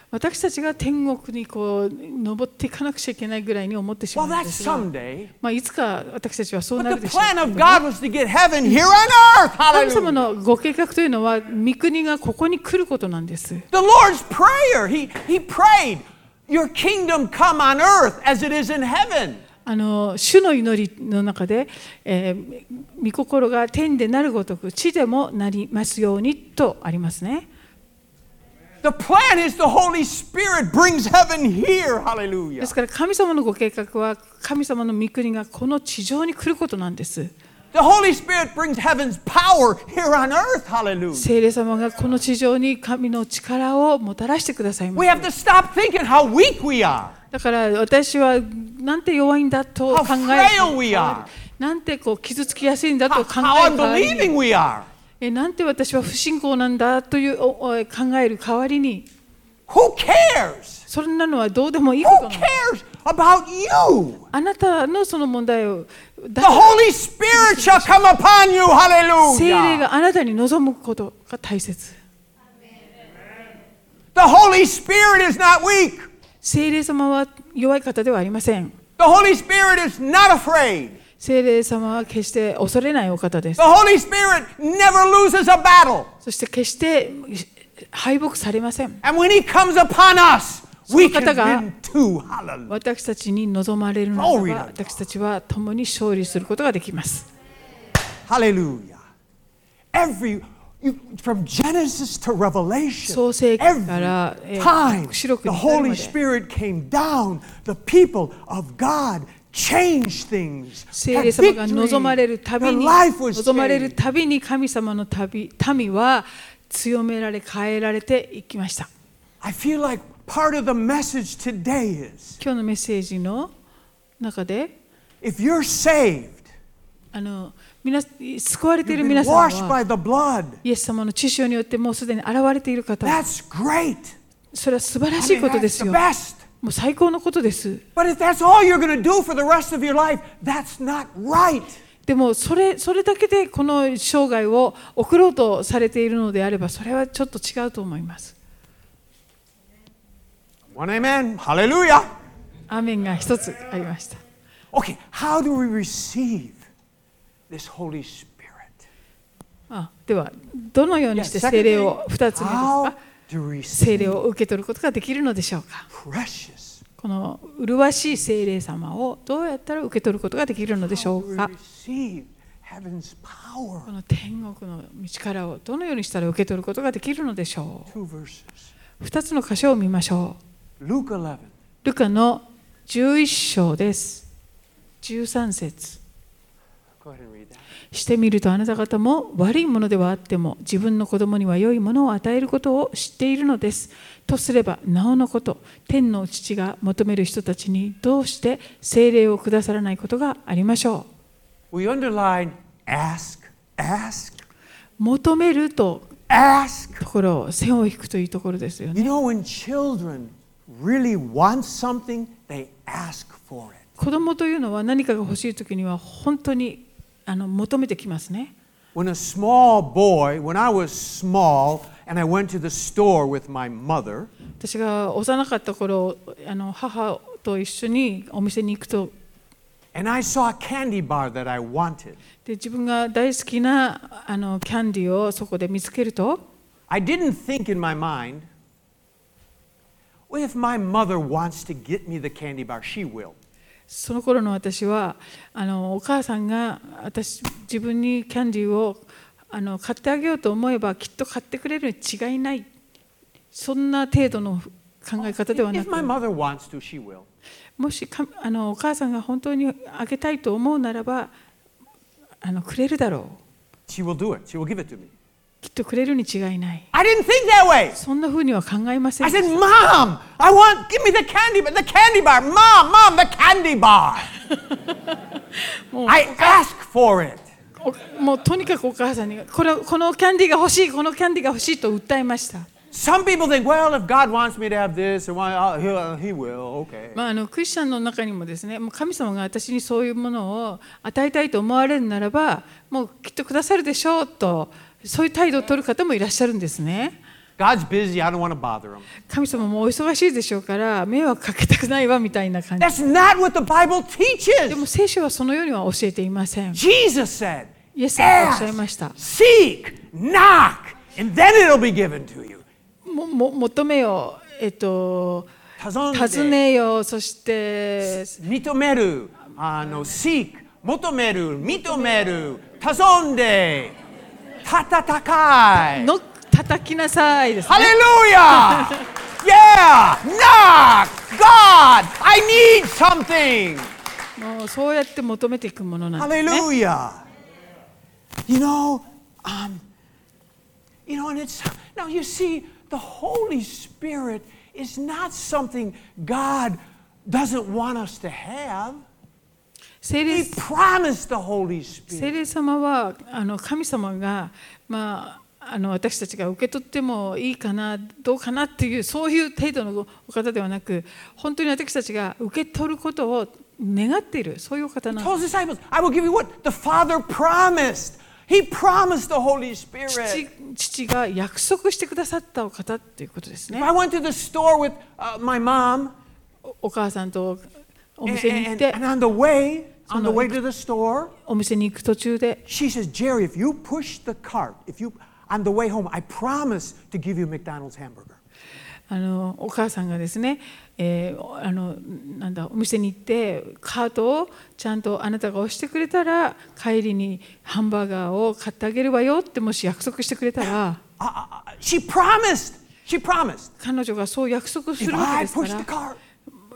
Speaker 2: 私たちが天国にこう登っていかなくちゃいけないぐらいに思ってしま
Speaker 1: Well,
Speaker 2: うんで
Speaker 1: that's
Speaker 2: すが、
Speaker 1: someday.
Speaker 2: まあ、いつか私たちはそうな
Speaker 1: But
Speaker 2: る
Speaker 1: the
Speaker 2: でしょうけ
Speaker 1: plan
Speaker 2: れど
Speaker 1: of
Speaker 2: も。
Speaker 1: God was to get heaven here on earth.
Speaker 2: 神様
Speaker 1: Hallelujah.
Speaker 2: のご計画というのは、御国がここに来ることなんです。
Speaker 1: The Lord's prayer, he, he prayed, Your kingdom come on earth as it is in heaven.
Speaker 2: あの主の祈りの中で、えー御心が天でなるごとく地でもなりますようにとありますね。
Speaker 1: The plan is the Holy Spirit brings heaven here.
Speaker 2: で
Speaker 1: Hallelujah.
Speaker 2: すから神様のご計画は神様の御国がこの地上に来ることなんです。
Speaker 1: The Holy Spirit brings heaven's power here on earth. Hallelujah.
Speaker 2: 聖霊様がこの地上に神の力をもたらしてくださいま
Speaker 1: We
Speaker 2: す。
Speaker 1: have to stop thinking how weak we are.
Speaker 2: だから私はなんて弱いんだと考
Speaker 1: How frail we
Speaker 2: え
Speaker 1: are.
Speaker 2: なんてこう傷つきやすいんだ
Speaker 1: How,
Speaker 2: と考
Speaker 1: how
Speaker 2: える代わり
Speaker 1: unbelieving
Speaker 2: に
Speaker 1: we are.
Speaker 2: えなんて私は不信仰なんだというおお考える代わりに
Speaker 1: Who cares?
Speaker 2: そんなのはどうでもいいこ
Speaker 1: Who
Speaker 2: となんです
Speaker 1: cares about you?
Speaker 2: あなたのその問題を、
Speaker 1: The
Speaker 2: だ
Speaker 1: Holy Spirit shall come upon you.
Speaker 2: 聖霊
Speaker 1: Hallelujah.
Speaker 2: があなたに望むことが大
Speaker 1: The
Speaker 2: 切。
Speaker 1: Holy Spirit is not weak.
Speaker 2: 聖霊様は弱い方ではありません。
Speaker 1: The Holy Spirit is not afraid.
Speaker 2: 聖霊様は決して恐れないお方です。
Speaker 1: The Holy Spirit never loses a battle.
Speaker 2: そして決して敗北されません。
Speaker 1: And when He comes upon us, we can
Speaker 2: その方が-
Speaker 1: win too. Hallelujah.
Speaker 2: 私たちに望まれるの
Speaker 1: Glory to
Speaker 2: ら
Speaker 1: God.
Speaker 2: ば私たちは共に勝利することができます。
Speaker 1: Hallelujah. Every you, from Genesis to Revelation,
Speaker 2: 創世記から、
Speaker 1: every
Speaker 2: えー、
Speaker 1: time
Speaker 2: 黙示録に至るまで。
Speaker 1: the Holy Spirit came down, the people of God changed things.
Speaker 2: 聖
Speaker 1: Had
Speaker 2: 霊様が望まれ
Speaker 1: victory.
Speaker 2: るたび
Speaker 1: Their
Speaker 2: に、
Speaker 1: life was
Speaker 2: 望まれる
Speaker 1: changed.
Speaker 2: たびに神様の旅民は強められ変えられていきました。
Speaker 1: I feel like part of the message today is
Speaker 2: 今日のメッセージの中で
Speaker 1: if you're saved,
Speaker 2: あの皆救われてい
Speaker 1: you've
Speaker 2: る
Speaker 1: been
Speaker 2: 皆さん
Speaker 1: washed
Speaker 2: は
Speaker 1: by the blood.
Speaker 2: イエス様の血潮によってもうすでに現れている方
Speaker 1: That's great.
Speaker 2: それは素晴ら
Speaker 1: I
Speaker 2: しい
Speaker 1: mean,
Speaker 2: ことで
Speaker 1: that's
Speaker 2: す
Speaker 1: the
Speaker 2: よ
Speaker 1: best.
Speaker 2: もう最高のことです
Speaker 1: But if that's all you're going to do for the rest of your life, that's not right.
Speaker 2: でもそれそれだけでこの生涯を送ろうとされているのであればそれはちょっと違うと思います
Speaker 1: One amen. Hallelujah.
Speaker 2: アーメンが一つありました
Speaker 1: Okay, how do we receive this Holy Spirit?
Speaker 2: あではどのようにして聖霊を二つ目です
Speaker 1: how
Speaker 2: か
Speaker 1: to
Speaker 2: 聖
Speaker 1: receive
Speaker 2: 霊を受け取ることができるのでしょうか
Speaker 1: precious?
Speaker 2: この麗しい聖霊様をどうやったら受け取ることができるのでしょ
Speaker 1: How do
Speaker 2: う
Speaker 1: we
Speaker 2: か
Speaker 1: receive heaven's
Speaker 2: こ
Speaker 1: power?
Speaker 2: の天国の力をどのようにしたら受け取ることができるのでしょ
Speaker 1: Two verses.
Speaker 2: う2つの箇所を見ましょ
Speaker 1: Luke 11.
Speaker 2: うルカの11章です13節
Speaker 1: Go ahead and read that.
Speaker 2: してみるとあなた方も悪いものではあっても自分の子供には良いものを与えることを知っているのですとすればなおのこと天の父が求める人たちにどうして聖霊をくださらないことがありましょう
Speaker 1: We underline ask, ask,
Speaker 2: 求めると
Speaker 1: ask.
Speaker 2: ところを線を引くというところですよね
Speaker 1: You know, when children really want something, they ask for it.
Speaker 2: 子供というのは何かが欲しい時には本当にあの求めてきますね
Speaker 1: When a small boy, when I was small and I went to the store with my mother,
Speaker 2: 私が幼かった頃あの母と一緒にお店に行くと
Speaker 1: and I saw a candy bar that I wanted,
Speaker 2: で自分が大好きなあのキャンディーをそこで見つけると
Speaker 1: I didn't think in my mind, well, if my mother wants to get me the candy bar, she will.
Speaker 2: その頃の私はあのお母さんが私自分にキャンディーをあの買ってあげようと思えばきっと買ってくれるに違いないそんな程度の考え方ではな
Speaker 1: If
Speaker 2: く
Speaker 1: my mother wants to, she will.
Speaker 2: もしかあのお母さんが本当にあげたいと思うならばあのくれるだろ
Speaker 1: She will do it. She will give it to me.
Speaker 2: うきっとくれるに違いない
Speaker 1: I didn't think that way.
Speaker 2: そんなふうには考えません
Speaker 1: I
Speaker 2: でし
Speaker 1: said,
Speaker 2: た
Speaker 1: Mom, I want, give me the candy, the candy bar. Mom, Mom, the candy bar. [laughs]
Speaker 2: もう
Speaker 1: I ask for it.
Speaker 2: おもうとにかくお母さんにこれこのキャンディーが欲しいこのキャンディーが欲しいと訴えました
Speaker 1: Some people think, well, if God wants me to have this, or why, oh, he'll, he will, okay.
Speaker 2: まあ、あのクリスチャンの中にもですねもう神様が私にそういうものを与えたいと思われるならばもうきっとくださるでしょうとそういう態度を取る方もいらっしゃるんですね
Speaker 1: God's busy, I don't want to bother him.
Speaker 2: 神様もお忙しいでしょうから迷惑かけたくないわみたいな感じ
Speaker 1: That's not what the Bible
Speaker 2: でも
Speaker 1: teaches.
Speaker 2: 聖書はそのようには教えていません
Speaker 1: Jesus said, "Oh,
Speaker 2: イエス様がおっしゃいま
Speaker 1: ask,
Speaker 2: した
Speaker 1: seek, knock, and then it'll be given to you.
Speaker 2: もも求めよえっと尋
Speaker 1: 尋ね、
Speaker 2: ねよそして
Speaker 1: 認める、あの、seek、求める、認める、尋んで、戦い。
Speaker 2: の叩きなさいですね
Speaker 1: Hallelujah! [laughs] Yeah! Knock! God! I need something!
Speaker 2: もうそうやって求めていくものなんですね
Speaker 1: Hallelujah! You know, um, you know, and it's now you see, the Holy Spirit is not something God doesn't want us to have.
Speaker 2: 聖
Speaker 1: He
Speaker 2: 霊
Speaker 1: promised the Holy
Speaker 2: 聖
Speaker 1: Spirit.
Speaker 2: 霊様はあの神様が、まあ、あの私たちが受け取ってもいいかなどうかなっていうそういう程度のお方ではなく本当に私たちが受け取ることを願っているそういうお方
Speaker 1: He
Speaker 2: なんです
Speaker 1: told his disciples, I will give you what? The Father promised. He promised the Holy Spirit.
Speaker 2: 父父が約束してくださったお方っていうことですね
Speaker 1: I went to the store with uh, my mom.
Speaker 2: おお母さんとお
Speaker 1: And,
Speaker 2: 店に行っ
Speaker 1: and,
Speaker 2: て
Speaker 1: and on the way, on
Speaker 2: Sono-
Speaker 1: the way to the store,
Speaker 2: お店に行く途中で
Speaker 1: she says, Jerry, if you push the cart, if you on the way home, I promise to give you McDonald's hamburger.
Speaker 2: あのお母さんがですね、えーあのなんだお店に行ってカートをちゃんとあなたが押してくれたら帰りにハンバーガーを買ってあげるわよってもし約束してくれたら
Speaker 1: Uh, uh, uh, she promised. She promised.
Speaker 2: 彼女がそう約束す
Speaker 1: If
Speaker 2: るわけ
Speaker 1: I
Speaker 2: ですか
Speaker 1: push the
Speaker 2: ら
Speaker 1: cart,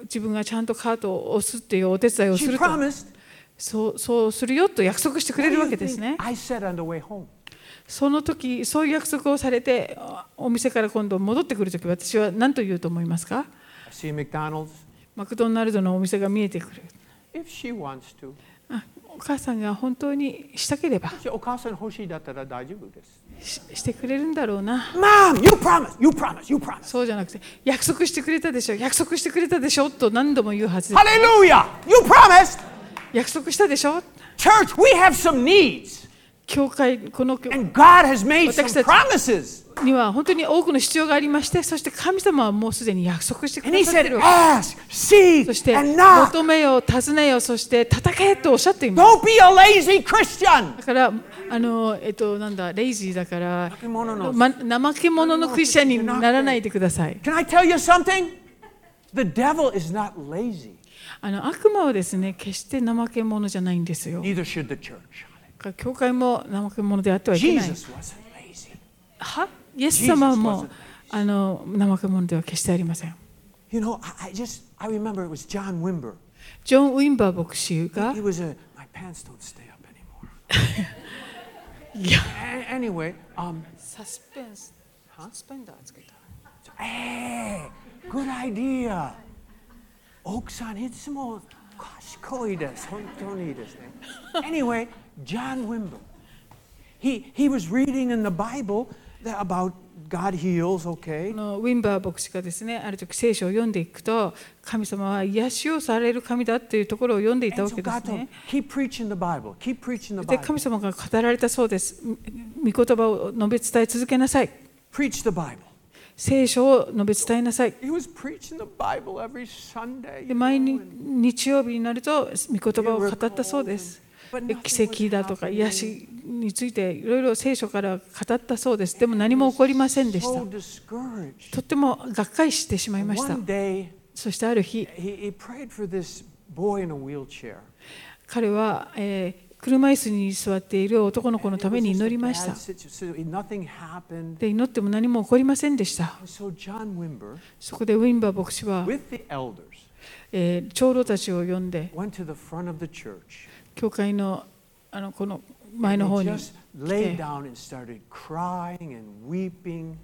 Speaker 2: 自分がちゃんとカートを押すっていうお手伝いをす
Speaker 1: she
Speaker 2: ると
Speaker 1: promised.
Speaker 2: そうそうするよと約束してく
Speaker 1: What do
Speaker 2: れるわ
Speaker 1: you
Speaker 2: けですね
Speaker 1: think I said on the way home.
Speaker 2: その時そういう約束をされておお店から今度戻ってくる時私は何と言うと思いますか
Speaker 1: I see McDonald's.
Speaker 2: マクドナルドのお店が見えてくる
Speaker 1: If she wants to.
Speaker 2: あお母さんが本当にしたければ
Speaker 1: お母さん欲しいだったら大丈夫です。
Speaker 2: ししてくれるんだろうな
Speaker 1: Mom, you promised. You promised. You promised.
Speaker 2: そうじゃなくて約束してくれたでしょ約束してくれたでしょと何度も言うはずです
Speaker 1: Hallelujah. You promised.
Speaker 2: 約束したでしょ
Speaker 1: Church, we have some needs.
Speaker 2: 教会この教
Speaker 1: And God has made some
Speaker 2: 私たち-
Speaker 1: promises.
Speaker 2: には本当に多くの必要がありましてそして神様はもうすでに約束してく
Speaker 1: And He
Speaker 2: ださっ
Speaker 1: said,
Speaker 2: てるわ
Speaker 1: Ask,
Speaker 2: けそし
Speaker 1: seek,
Speaker 2: て
Speaker 1: and knock.
Speaker 2: 求めよ尋ねよそして叩けとおっしゃっています
Speaker 1: Don't be a lazy Christian.
Speaker 2: だからあのえっとなんだレイジーだから
Speaker 1: け者の
Speaker 2: ま怠け者のクリスチャンにならないでください
Speaker 1: Can I tell you something? The devil is not lazy.
Speaker 2: あの悪魔はですね決して怠け者じゃないんですよ
Speaker 1: Neither should the church.
Speaker 2: 教会も怠け者であってはいけない。
Speaker 1: Jesus wasn't lazy.
Speaker 2: はイエス様
Speaker 1: Jesus
Speaker 2: も
Speaker 1: wasn't.
Speaker 2: あの怠け者では決してありません。
Speaker 1: You know, I, I just I remember it was John Wimber.
Speaker 2: ジョン・ウィンバー牧師が
Speaker 1: He、was a my pants don't stay up anymore.
Speaker 2: いや、
Speaker 1: A- anyway, um,
Speaker 2: サスペンス、サスペンダーつけた。
Speaker 1: so, hey, good idea. 奥さんいつも賢いです。本当にいいですね。Anyway, John Wimber. He, he was reading in the Bible that about God heals,
Speaker 2: あ
Speaker 1: okay?
Speaker 2: のウィンバー牧師がですね、ある時聖書を読んでいくと、神様は癒しをされる神だっていうところを読んでいた
Speaker 1: And
Speaker 2: わ
Speaker 1: so
Speaker 2: けで
Speaker 1: God
Speaker 2: す
Speaker 1: told him,
Speaker 2: ね。
Speaker 1: keep preaching the Bible, keep preaching the
Speaker 2: で、神
Speaker 1: Bible,
Speaker 2: 様が語られたそうです。み御言葉を述べ伝え続けなさい。
Speaker 1: preach the Bible.
Speaker 2: 聖書を述べ伝えなさい。
Speaker 1: He was preaching the Bible every Sunday.
Speaker 2: で
Speaker 1: you
Speaker 2: 毎
Speaker 1: know,
Speaker 2: 日
Speaker 1: and
Speaker 2: 日曜日になると御言葉を語ったそうです。
Speaker 1: But
Speaker 2: で
Speaker 1: nothing
Speaker 2: 奇跡だとか
Speaker 1: was happening.
Speaker 2: 癒しについていろいろ聖書から語ったそうです。でも何も起こりませんでし
Speaker 1: so
Speaker 2: た。
Speaker 1: discouraged.
Speaker 2: とってもがっかりしてしまいました
Speaker 1: One。day,
Speaker 2: そしてある日、
Speaker 1: he, he prayed for this boy in a wheelchair.
Speaker 2: 彼は、えー車椅子に座っている男の子の
Speaker 1: And
Speaker 2: た
Speaker 1: it
Speaker 2: め
Speaker 1: was just
Speaker 2: に祈り
Speaker 1: a
Speaker 2: ました
Speaker 1: bad。situation. Nothing happened.
Speaker 2: で、祈っても何も起こりませんでした。
Speaker 1: So John Wimber,
Speaker 2: そこでウィンバー牧師は、
Speaker 1: with the elders,
Speaker 2: えー長老たちを呼んで、
Speaker 1: went to the front of the church.
Speaker 2: 教会のあのこの
Speaker 1: and
Speaker 2: 前の
Speaker 1: they
Speaker 2: 方に
Speaker 1: just laid
Speaker 2: 来て
Speaker 1: down and started crying and weeping.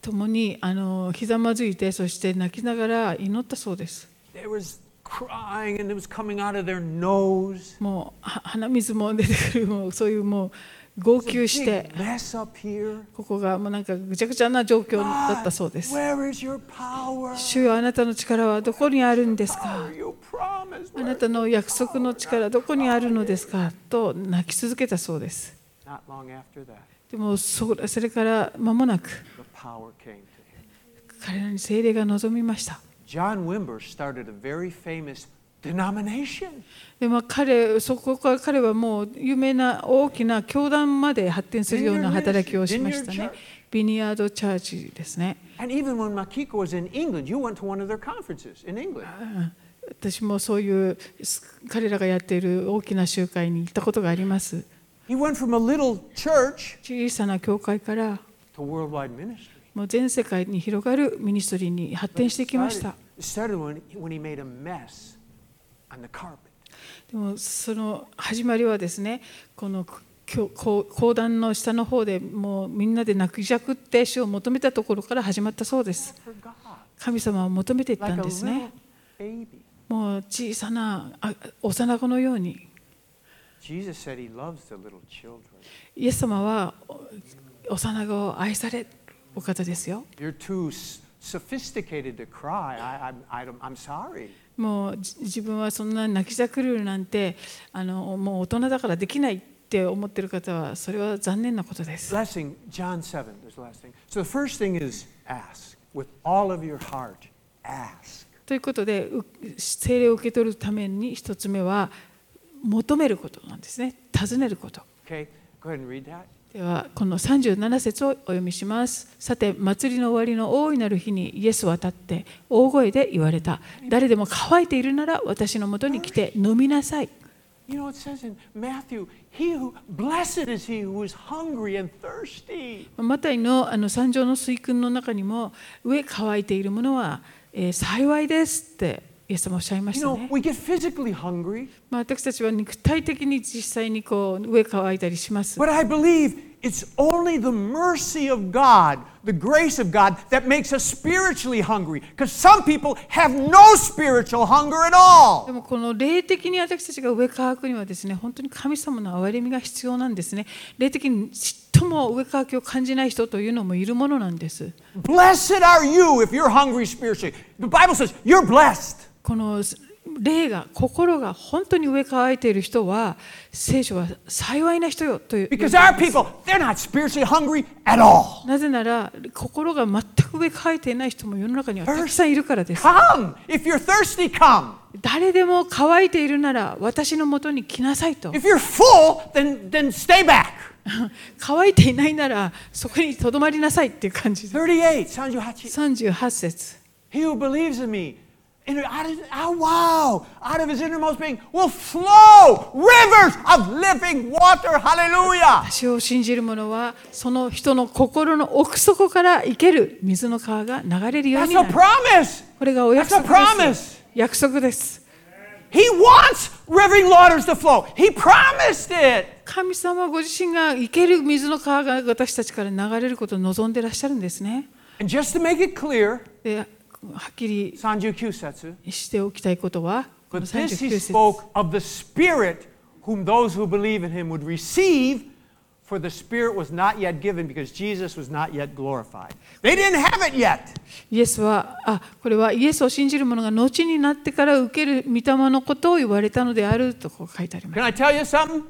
Speaker 2: 共にあのひざまずいて、そして泣きながら祈ったそうです。
Speaker 1: There was crying and it was coming out of their nose.
Speaker 2: もうは鼻水も出てくる、もうそういうもう号
Speaker 1: It's a
Speaker 2: 泣して
Speaker 1: big、mess up here.
Speaker 2: ここがもうなんかぐちゃぐちゃな状況だったそうです。
Speaker 1: where is your power?
Speaker 2: 主よあなたの力はどこにあるんですか
Speaker 1: Power you promised.
Speaker 2: あなたの約束の力どこにあるのですかと泣き続けたそうです。
Speaker 1: Not long after that,
Speaker 2: でもそそれから間もなく
Speaker 1: the power came to him.
Speaker 2: 彼らに聖霊が望みました。
Speaker 1: John Wimber started a very famous denomination.
Speaker 2: でまあ、彼そこから彼はもう有名な大きな教団まで発展するような働きをしましたね。ビニヤードチャーチですね。
Speaker 1: And even when Makiko was in England, you went to one of their conferences in England.
Speaker 2: 私もそういうす彼らがやっている大きな集会に行ったことがあります。
Speaker 1: He went from a little church
Speaker 2: 小さな教会から
Speaker 1: to worldwide ministry.
Speaker 2: もう全世界に広がるミニストリーに発
Speaker 1: But
Speaker 2: 展
Speaker 1: it
Speaker 2: していきました。
Speaker 1: It started when, when he made a mess on the carpet.
Speaker 2: でもその始まりはですねこの教講講談の下の方でもうみんなで泣きじゃくって主を求めたところから始まったそうです。
Speaker 1: For God,
Speaker 2: 神様を求めていったん
Speaker 1: like a
Speaker 2: です
Speaker 1: little
Speaker 2: ね。
Speaker 1: baby.
Speaker 2: もう小さなあ幼子のように
Speaker 1: Jesus said he loves the little children.
Speaker 2: イエス様はお幼子を愛されるお方ですよ。
Speaker 1: You're too s- sophisticated to cry. I, I'm, I don't, I'm sorry.
Speaker 2: もうじ自分はそんな泣きじゃくるなんてあのもう大人だからできないって思ってる方はそれは残念なことです。
Speaker 1: Last thing, John 7, there's the last thing. So the first thing is ask. With all of your heart, ask.
Speaker 2: ということでう聖霊を受け取るために一つ目は求めることなんですね尋ねること。
Speaker 1: Okay, go ahead and read that.
Speaker 2: ではこの37節をお読みしますさて祭りの終わりの大いなる日にイエスは立って大声で言われた誰でも乾いているなら私のもとに来て飲みなさい
Speaker 1: You know, it says in Matthew, he who, blessed is he who is hungry and thirsty.
Speaker 2: マタイのあの三条の水訓の中にも上乾いているものは、えー幸いですってイエス様おっしゃいまし
Speaker 1: You
Speaker 2: た
Speaker 1: know,
Speaker 2: ね、
Speaker 1: we get physically hungry,
Speaker 2: まあ、私たちは肉体的に実際にこう上乾いたりします
Speaker 1: but I believe it's only the mercy of God, the grace of God, that makes us spiritually hungry. Because some people have no spiritual hunger at
Speaker 2: で
Speaker 1: all.
Speaker 2: もこの霊的に私たちが上乾くにはですね本当に神様の憐れみが必要なんですね霊的にちっとも上乾きを感じない人というのもいるものなんです
Speaker 1: Blessed are you if you're hungry spiritually. The Bible says you're blessed.
Speaker 2: この霊が心が本当に上乾いている人は聖書は幸いな人よという
Speaker 1: Because our people, they're not spiritually hungry at all.
Speaker 2: なぜなら心が全く上乾いていない人も世の中にはたくさんいるからです。
Speaker 1: Come. If you're thirsty, come.
Speaker 2: 誰でも乾いているなら私のもとに来なさいと。
Speaker 1: If you're full, then, then stay back.
Speaker 2: 乾いていないならそこにとどまりなさいっていう感じで
Speaker 1: 38, Sanjuhachi.
Speaker 2: す。38節
Speaker 1: He who believes in me, in, out, of, ah, wow, out of his innermost being will flow rivers of living water. Hallelujah.
Speaker 2: 私を信じる者はその人の心の奥底から生ける水の川が流れるよう
Speaker 1: That's
Speaker 2: にな
Speaker 1: a
Speaker 2: る。
Speaker 1: promise.
Speaker 2: これがお約
Speaker 1: That's a
Speaker 2: 束です。
Speaker 1: promise.
Speaker 2: 約束です。
Speaker 1: He wants living waters to flow. He promised it.
Speaker 2: 神様ご自身が生ける水の川が私たちから流れることを望んでいらっしゃるんですね。
Speaker 1: And just to make it clear,
Speaker 2: ではっきり
Speaker 1: Sanju Kyusetsu,
Speaker 2: しておきたいことは、この
Speaker 1: but this
Speaker 2: 39
Speaker 1: he
Speaker 2: 節
Speaker 1: spoke of the Spirit whom those who believe in him would receive, for the Spirit was not yet given because Jesus was not yet glorified. They didn't have it yet.
Speaker 2: イエスは、あこれはイエスを信じる者が後になってから受ける御霊のことを言われたのであるとこう書いてあります。
Speaker 1: Can I tell you something?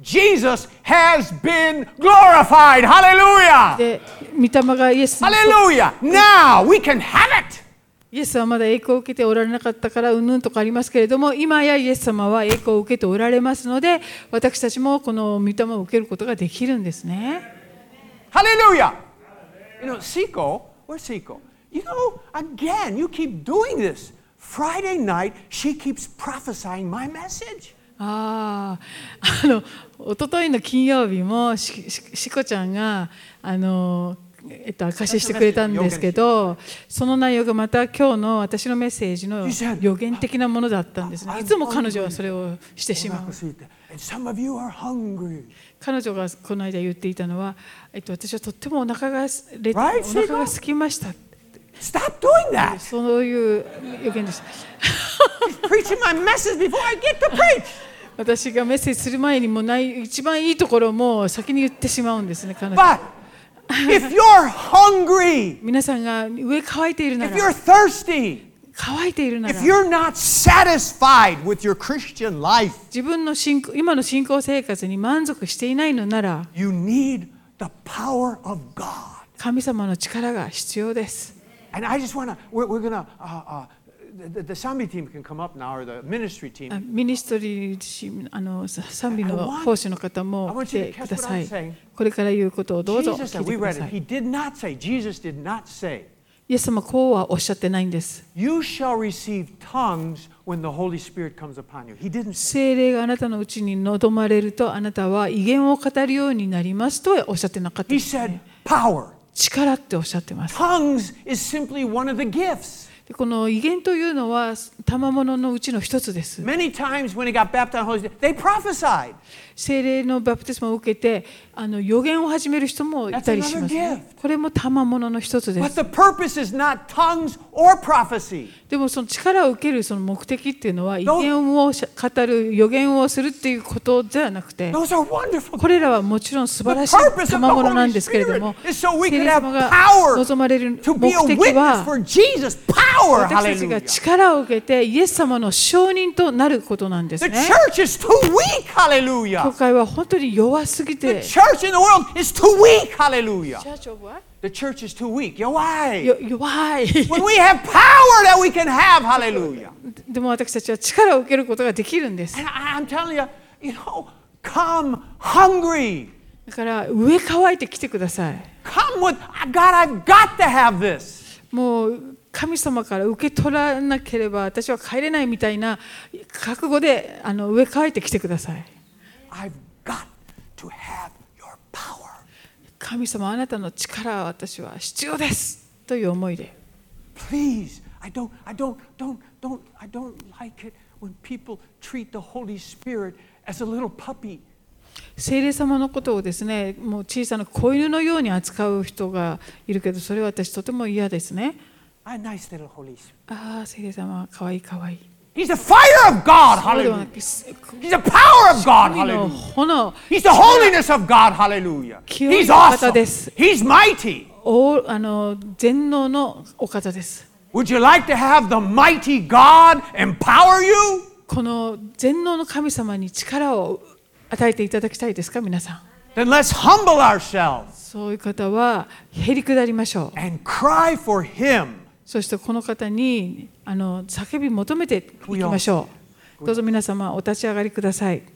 Speaker 1: Jesus has been glorified. Hallelujah.
Speaker 2: で、御霊がイエスに
Speaker 1: Hallelujah. Now we can have it.
Speaker 2: イエスはまだ栄光を受けておられなかったからうんぬんとかありますけれども、今やイエス様は栄光を受けておられますので、私たちもこの御霊を受けることができるんですね。
Speaker 1: Hallelujah. You know, Seiko, where's Seiko? You know, again, you keep doing this. Friday night, she keeps prophesying my message.
Speaker 2: ああ、あの、一昨日の金曜日もし、ししこちゃんが、あの、えっと、証ししてくれたんですけど、その内容がまた今日の私のメッセージの
Speaker 1: You said-
Speaker 2: 予言的なものだったんですね。いつも彼女はそれをしてしまう。
Speaker 1: And some of you are hungry.
Speaker 2: 彼女がこの間言っていたのは、えっと、私はとってもお腹がすれ
Speaker 1: Right,
Speaker 2: お腹
Speaker 1: Seiko?
Speaker 2: が空きました。
Speaker 1: Stop doing that. [laughs]
Speaker 2: そういう予言でした。
Speaker 1: Preaching my message before I get to preach.
Speaker 2: 私がメッセージする前にもうない一番いいところも先に言ってしまうんですね、彼女。
Speaker 1: But if you're hungry,
Speaker 2: 皆さんが上乾いているな
Speaker 1: if you're
Speaker 2: ら、
Speaker 1: thirsty,
Speaker 2: 乾いているなら
Speaker 1: if、you're not satisfied with your Christian life,
Speaker 2: 自分の信仰今の信仰生活に満足していないのなら、
Speaker 1: you need the power of God.
Speaker 2: 神様の力が必要です。
Speaker 1: And I just want to, we're, we're going to, uh, uh, the, the- the Sambi team can come up now, or the ministry
Speaker 2: あ
Speaker 1: team.
Speaker 2: ミニストリーチーム、あのさ賛美
Speaker 1: I
Speaker 2: の
Speaker 1: want-
Speaker 2: 奉仕の方
Speaker 1: I
Speaker 2: も
Speaker 1: want
Speaker 2: 来
Speaker 1: you to
Speaker 2: てく
Speaker 1: catch
Speaker 2: ださ
Speaker 1: what I'm
Speaker 2: い
Speaker 1: saying.。
Speaker 2: これから言うことをどうぞ
Speaker 1: Jesus,
Speaker 2: 聞
Speaker 1: said-
Speaker 2: いて
Speaker 1: we
Speaker 2: くだ
Speaker 1: read it,
Speaker 2: さ
Speaker 1: he
Speaker 2: い。
Speaker 1: did not say, Jesus did not say,
Speaker 2: イエス様はこうはおっしゃってないんです。
Speaker 1: You shall receive tongues when the Holy Spirit comes upon you. He didn't say.
Speaker 2: 聖霊があなたのうちに望まれるとあなたは威厳を語るようになりますとはおっしゃってなかったで
Speaker 1: He
Speaker 2: す、ね
Speaker 1: said,。power.
Speaker 2: 力っておっしゃってます。
Speaker 1: Tongues is simply one of the gifts.
Speaker 2: でこの威厳というのは賜物のうちの一つです。
Speaker 1: Many times when he got baptized in the Holy Spirit, they prophesied.
Speaker 2: 聖霊のバプテスマを受けてあの予言を始める人もいたりします、
Speaker 1: That's another
Speaker 2: ね。これも賜物の一つで
Speaker 1: But
Speaker 2: す。
Speaker 1: the purpose is not tongues or prophecy.
Speaker 2: でもその力を受けるその目的っていうのは威
Speaker 1: No.
Speaker 2: 厳をしゃ語る予言をするっていうことではなくて。
Speaker 1: Those are wonderful.
Speaker 2: これらはもちろん素晴らし
Speaker 1: The purpose of
Speaker 2: い
Speaker 1: the
Speaker 2: 賜物なんですけれど
Speaker 1: Holy
Speaker 2: も
Speaker 1: Spirit、is so we
Speaker 2: 聖
Speaker 1: can
Speaker 2: 霊
Speaker 1: have
Speaker 2: 様が
Speaker 1: power
Speaker 2: 望まれる目
Speaker 1: to be a
Speaker 2: 的
Speaker 1: witness
Speaker 2: は
Speaker 1: for Jesus. Power.
Speaker 2: 私たちが
Speaker 1: Hallelujah.
Speaker 2: 力を受けてイエス様の承認となることなんです
Speaker 1: The
Speaker 2: ね。
Speaker 1: church is too weak.
Speaker 2: 教
Speaker 1: Hallelujah.
Speaker 2: 会は本当に弱すぎ
Speaker 1: The
Speaker 2: て、
Speaker 1: church in the world is too weak. Hallelujah.
Speaker 2: Church of what?
Speaker 1: The church is too weak. Yo, why?
Speaker 2: よ弱い。
Speaker 1: When we have power that we can have. Hallelujah.
Speaker 2: でも私たちは力を受けることができるんで
Speaker 1: [laughs]
Speaker 2: す。
Speaker 1: And I, I'm telling you, you know, come hungry.
Speaker 2: だから上乾いてきてください。
Speaker 1: Come with, "Ah, God, I've got to have this.
Speaker 2: もう神様から受け取らなければ私は帰れないみたいな覚悟であの上乾いてきてください。
Speaker 1: I've got to have your power.
Speaker 2: 神様あなたの力は私は必要ですという思いで
Speaker 1: Please, I don't, I don't, don't, don't, I don't like it when people treat the Holy Spirit as a little puppy.
Speaker 2: 聖霊様のことをですねもう小さな子犬のように扱う人がいるけどそれは私とても嫌ですね
Speaker 1: A nice little Holy Spirit.
Speaker 2: ああ聖霊様かわいいかわいい
Speaker 1: He's the fire of God.
Speaker 2: そうで
Speaker 1: Hallelujah.
Speaker 2: はなくす
Speaker 1: He's the power of God.
Speaker 2: 神の
Speaker 1: Hallelujah.
Speaker 2: 炎
Speaker 1: He's the holiness of God. Hallelujah. He's
Speaker 2: 清いお方
Speaker 1: awesome.
Speaker 2: です。
Speaker 1: He's mighty.
Speaker 2: おあの全能のお方です
Speaker 1: Would you like to have the mighty God empower you?
Speaker 2: この全能の神様に力を与えていただきたいですか皆さん
Speaker 1: Then let's humble ourselves
Speaker 2: そういう方はへりくだりましょう
Speaker 1: and cry for Him.
Speaker 2: そしてこの方にあの叫び求めていきましょう。どうぞ皆様お立ち上がりください。